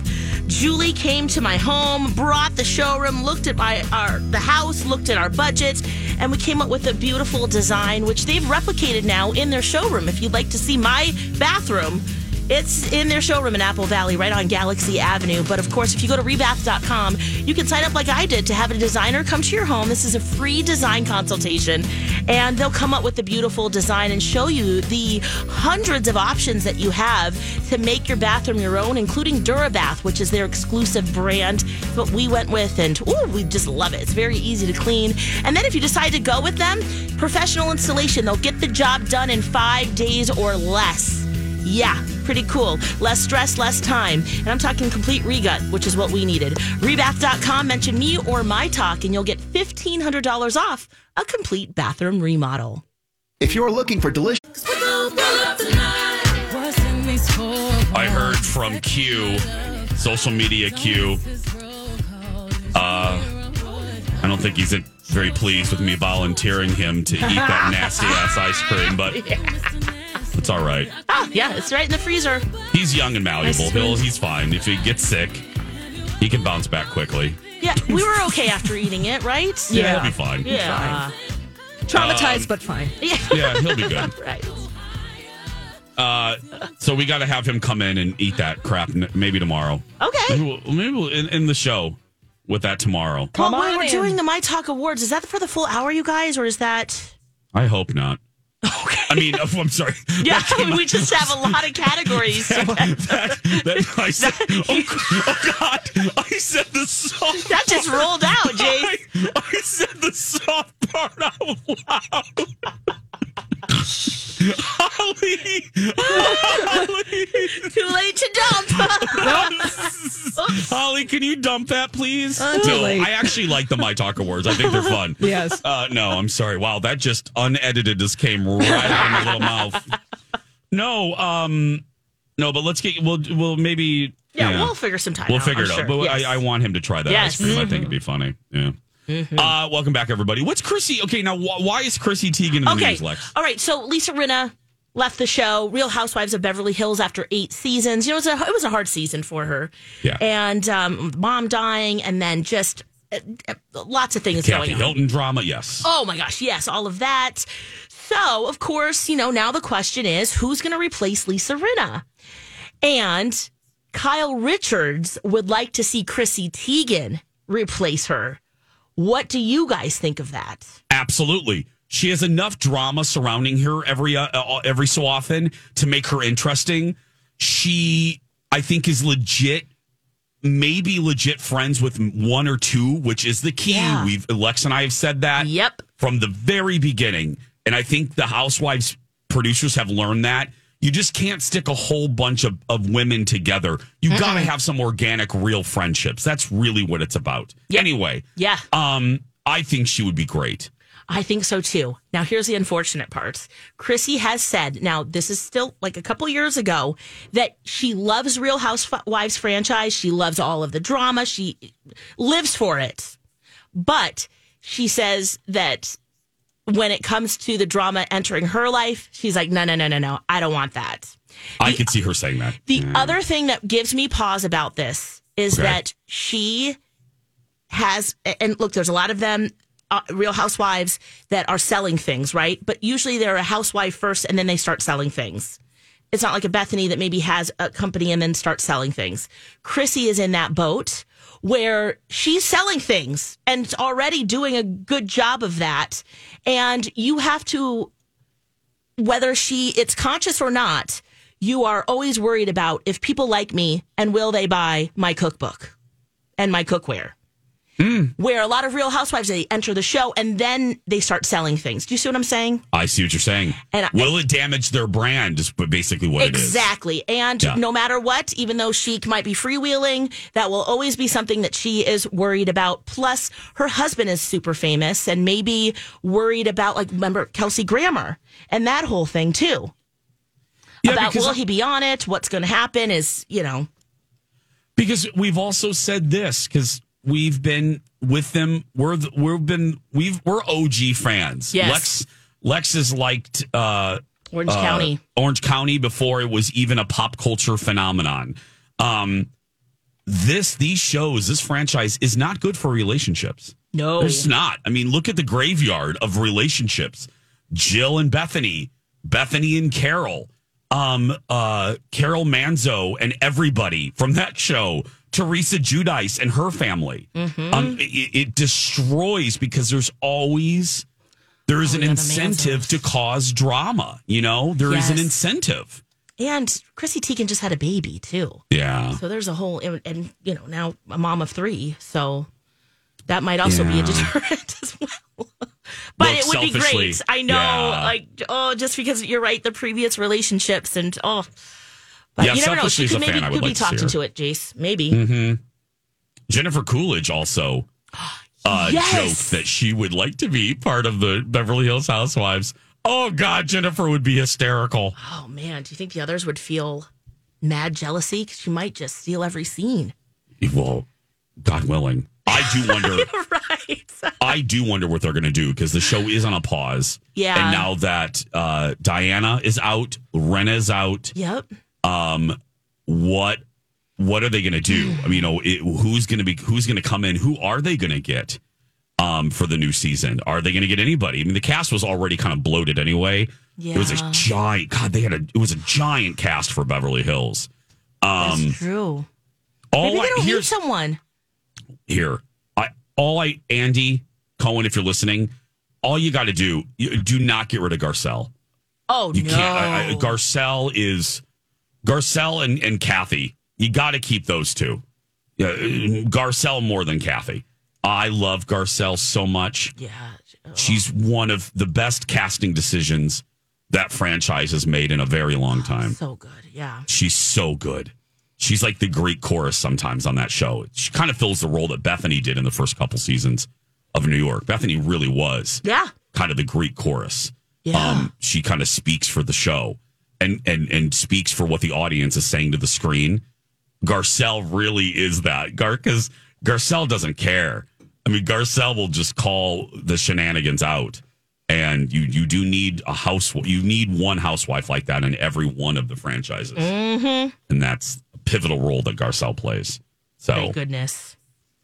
Speaker 3: Julie came to my home, brought the showroom, looked at my our the house, looked at our budget, and we came up with a beautiful design which they've replicated now in their showroom. If you'd like to see my bathroom, it's in their showroom in Apple Valley, right on Galaxy Avenue. But of course, if you go to rebath.com, you can sign up like I did to have a designer come to your home. This is a free design consultation, and they'll come up with a beautiful design and show you the hundreds of options that you have to make your bathroom your own, including DuraBath, which is their exclusive brand. But we went with, and ooh, we just love it. It's very easy to clean. And then if you decide to go with them, professional installation, they'll get the job done in five days or less. Yeah, pretty cool. Less stress, less time. And I'm talking complete regut, which is what we needed. Rebath.com, mention me or my talk, and you'll get $1,500 off a complete bathroom remodel.
Speaker 12: If you're looking for delicious.
Speaker 2: I heard from Q, social media Q. Uh, I don't think he's uh, very pleased with me volunteering him to eat that nasty ass ice cream, but it's all right.
Speaker 3: Oh, yeah, it's right in the freezer.
Speaker 2: He's young and malleable.
Speaker 3: Nice
Speaker 2: He'll,
Speaker 3: smooth.
Speaker 2: he's fine. If he gets sick, he can bounce back quickly.
Speaker 3: Yeah, we were okay after eating it, right?
Speaker 2: Yeah, he'll be fine.
Speaker 3: Yeah.
Speaker 5: Traumatized
Speaker 2: Um,
Speaker 5: but fine.
Speaker 3: Yeah.
Speaker 2: Yeah, he'll be good.
Speaker 3: right.
Speaker 2: Uh, so we got to have him come in and eat that crap n- maybe tomorrow.
Speaker 3: Okay.
Speaker 2: Maybe we'll, maybe we'll in, in the show with that tomorrow.
Speaker 3: Well, we were doing the My Talk Awards. Is that for the full hour, you guys, or is that.
Speaker 2: I hope not. Okay. I mean, oh, I'm sorry.
Speaker 3: Yeah, we just have a lot of categories.
Speaker 2: That, I said, oh, oh, God, I said the soft.
Speaker 3: That just rolled out,
Speaker 2: I,
Speaker 3: Jace.
Speaker 2: I said the soft part out loud. Holly,
Speaker 3: Too late to dump.
Speaker 2: Holly, can you dump that, please?
Speaker 3: Uh, too
Speaker 2: no,
Speaker 3: late.
Speaker 2: I actually like the My Talk Awards. I think they're fun.
Speaker 5: Yes.
Speaker 2: Uh, no, I'm sorry. Wow, that just unedited just came right out of my little mouth. No, um, no, but let's get. We'll, we'll maybe.
Speaker 3: Yeah, we'll figure some time
Speaker 2: We'll
Speaker 3: out,
Speaker 2: figure
Speaker 3: I'm
Speaker 2: it
Speaker 3: sure.
Speaker 2: out. But
Speaker 3: Yes.
Speaker 2: I, I want him to try that
Speaker 3: Yes. Mm-hmm.
Speaker 2: ice cream. I think it'd be funny. Yeah. Uh, welcome back, everybody. What's Chrissy? Okay, now wh- why is Chrissy Teigen in the
Speaker 3: okay.
Speaker 2: news, Lex?
Speaker 3: All right. So Lisa Rinna left the show, Real Housewives of Beverly Hills, after eight seasons. You know, it was a, it was a hard season for her.
Speaker 2: Yeah.
Speaker 3: And um, mom dying, and then just uh, lots of things
Speaker 2: Kathy
Speaker 3: going on.
Speaker 2: Hilton drama, yes.
Speaker 3: Oh my gosh, yes, all of that. So, of course, you know, now the question is who's going to replace Lisa Rinna? And Kyle Richards would like to see Chrissy Teigen replace her. What do you guys think of that?
Speaker 2: Absolutely. She has enough drama surrounding her every uh, uh, every so often to make her interesting. She, I think, is legit, maybe legit friends with one or two, which is the key.
Speaker 3: Yeah.
Speaker 2: We've Lex and I have said that.
Speaker 3: Yep.
Speaker 2: From the very beginning, and I think the Housewives producers have learned that you just can't stick a whole bunch of, of women together. You got to have some organic, real friendships. That's really what it's about. Anyway,
Speaker 3: Yeah.
Speaker 2: um, I think she would be great.
Speaker 3: I think so too. Now, here's the unfortunate part. Chrissy has said, now, this is still like a couple years ago, that she loves Real Housewives franchise. She loves all of the drama. She lives for it. But she says that when it comes to the drama entering her life, she's like, no, no, no, no, no. I don't want that.
Speaker 2: I could see her saying that.
Speaker 3: The other thing that gives me pause about this is
Speaker 2: Okay.
Speaker 3: that she has, and look, there's a lot of them, uh, real housewives, that are selling things, right? But usually they're a housewife first and then they start selling things. It's not like a Bethany that maybe has a company and then starts selling things. Chrissy is in that boat where she's selling things and already doing a good job of that. And you have to whether she it's conscious or not, you are always worried about if people like me and will they buy my cookbook and my cookware.
Speaker 2: Hmm.
Speaker 3: Where a lot of real housewives they enter the show and then they start selling things. Do you see what I'm saying?
Speaker 2: I see what you're saying.
Speaker 3: And I-
Speaker 2: Will it damage their brand? Is basically what
Speaker 3: exactly. And
Speaker 2: Yeah.
Speaker 3: no matter what, even though she might be freewheeling, that will always be something that she is worried about. Plus, her husband is super famous and maybe worried about, like, remember Kelsey Grammer and that whole thing too.
Speaker 2: Yeah,
Speaker 3: about
Speaker 2: because-
Speaker 3: will he be on it? What's going to happen is, you know,
Speaker 2: it is. Because we've also said this because we've been with them. We're the- we've been we've we're OG fans.
Speaker 3: Yes.
Speaker 2: Lex Lex has liked uh,
Speaker 3: Orange
Speaker 2: uh,
Speaker 3: County.
Speaker 2: Orange County before it was even a pop culture phenomenon. Um, this these shows this franchise is not good for relationships.
Speaker 3: No.
Speaker 2: it's not. I mean, look at the graveyard of relationships: Jill and Bethany, Bethany and Carol, um, uh, Carol Manzo, and everybody from that show. Teresa Judice and her family.
Speaker 3: Mhm.
Speaker 2: Um, it, it destroys because there's always there is an incentive to cause drama. You know, there is an
Speaker 3: Yes.
Speaker 2: incentive.
Speaker 3: and Chrissy Teigen just had a baby too.
Speaker 2: Yeah.
Speaker 3: So there's a whole, and, and, you know, now a mom of three. So that might also be a
Speaker 2: Yeah.
Speaker 3: deterrent as well. But
Speaker 2: Look,
Speaker 3: it would be
Speaker 2: selfishly,
Speaker 3: great. I know,
Speaker 2: yeah.
Speaker 3: like, oh, just because you're right, the previous relationships and oh, but
Speaker 2: Yeah,
Speaker 3: you never know.
Speaker 2: selfishly
Speaker 3: She
Speaker 2: is
Speaker 3: could
Speaker 2: a
Speaker 3: maybe
Speaker 2: fan I would
Speaker 3: could be
Speaker 2: like to see
Speaker 3: talked
Speaker 2: her.
Speaker 3: into it, Jace. Maybe.
Speaker 2: hmm Jennifer Coolidge also uh,
Speaker 3: Yes.
Speaker 2: joked that she would like to be part of the Beverly Hills Housewives. Oh God, Jennifer would be hysterical.
Speaker 3: Oh man, do you think the others would feel mad jealousy because she might just steal every scene?
Speaker 2: Well, God willing, I do wonder.
Speaker 3: right.
Speaker 2: I do wonder what they're going to do because the show is on a pause.
Speaker 3: Yeah.
Speaker 2: And now that uh, Diana is out, Rena is out.
Speaker 3: Yep.
Speaker 2: Um, what what are they going to do? I mean, you know, it, who's going to be who's going to come in? Who are they going to get um, for the new season? Are they going to get anybody? I mean, the cast was already kind of bloated anyway. It was
Speaker 3: Yeah.
Speaker 2: a giant. God, they had a. It was a giant cast for Beverly Hills. Um,
Speaker 3: True.
Speaker 2: all
Speaker 3: Maybe
Speaker 2: I,
Speaker 3: they don't need
Speaker 2: here's
Speaker 3: someone.
Speaker 2: here. I all I Andy Cohen, if you're listening, all you got to do you, do not get rid of Garcelle.
Speaker 3: Oh
Speaker 2: You
Speaker 3: no.
Speaker 2: can't. I, I, Garcelle is Garcelle and and Kathy. You got to keep those two. Yeah, uh, Garcelle more than Kathy. I love Garcelle so much.
Speaker 3: Yeah. Oh,
Speaker 2: She's one of the best casting decisions that franchise has made in a very long time.
Speaker 3: so good. Yeah.
Speaker 2: She's so good. She's like the Greek chorus sometimes on that show. She kind of fills the role that Bethany did in the first couple seasons of New York. Bethany really was
Speaker 3: Yeah.
Speaker 2: kind of the Greek chorus.
Speaker 3: Yeah.
Speaker 2: Um, she kind of speaks for the show and, and, and speaks for what the audience is saying to the screen. Garcelle really is that. Gar, because Garcelle doesn't care. I mean, Garcelle will just call the shenanigans out. And you, you do need a house. You need one housewife like that in every one of the franchises
Speaker 3: Mm-hmm.
Speaker 2: and that's a pivotal role that Garcelle plays. So
Speaker 3: Thank goodness.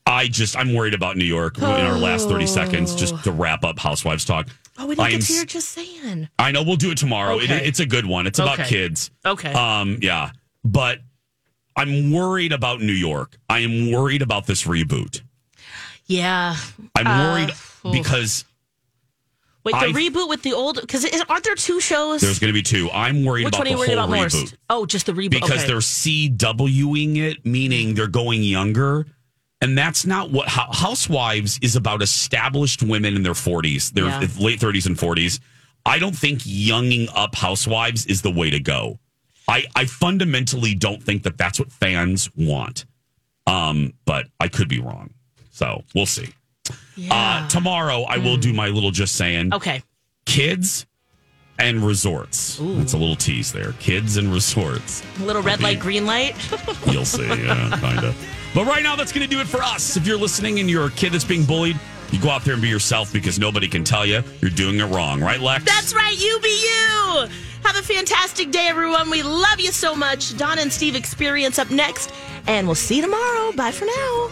Speaker 2: I just I'm worried about New York in our last 30 seconds just to wrap up Housewives talk.
Speaker 3: Oh, we didn't
Speaker 2: I'm
Speaker 3: get to hear just saying.
Speaker 2: I know we'll do it tomorrow. It,
Speaker 3: Okay.
Speaker 2: it's a good one. It's about
Speaker 3: Okay.
Speaker 2: kids.
Speaker 3: Okay.
Speaker 2: Um, yeah. But I'm worried about New York. I am worried about this reboot.
Speaker 3: Yeah.
Speaker 2: I'm
Speaker 3: Uh,
Speaker 2: worried
Speaker 3: oof.
Speaker 2: because
Speaker 3: Wait, the
Speaker 2: I-
Speaker 3: reboot with the old because aren't there two shows?
Speaker 2: there's going to be two. I'm worried
Speaker 3: Which
Speaker 2: about
Speaker 3: one are
Speaker 2: the
Speaker 3: you worried
Speaker 2: whole
Speaker 3: about
Speaker 2: reboot
Speaker 3: most? Oh, just the reboot.
Speaker 2: because
Speaker 3: okay. Mm-hmm.
Speaker 2: they're CWing it, meaning they're going younger. And that's not what Hou- Housewives is about established women in their 40s, their
Speaker 3: Yeah.
Speaker 2: late 30s and 40s. I don't think younging up Housewives is the way to go. I, I fundamentally don't think that that's what fans want. Um, but I could be wrong. So we'll see. Uh, tomorrow, I
Speaker 3: Mm.
Speaker 2: will do my little just saying.
Speaker 3: Okay.
Speaker 2: Kids and resorts. That's a little tease there. Kids and resorts.
Speaker 3: little red light, green light.
Speaker 2: You'll see. Yeah, kind of. But right now, that's going to do it for us. If you're listening and you're a kid that's being bullied, you go out there and be yourself because nobody can tell you you're doing it wrong, right, Lex?
Speaker 3: That's right, you be you. Have a fantastic day, everyone. We love you so much. Don and Steve experience up next, and we'll see you tomorrow. Bye for now.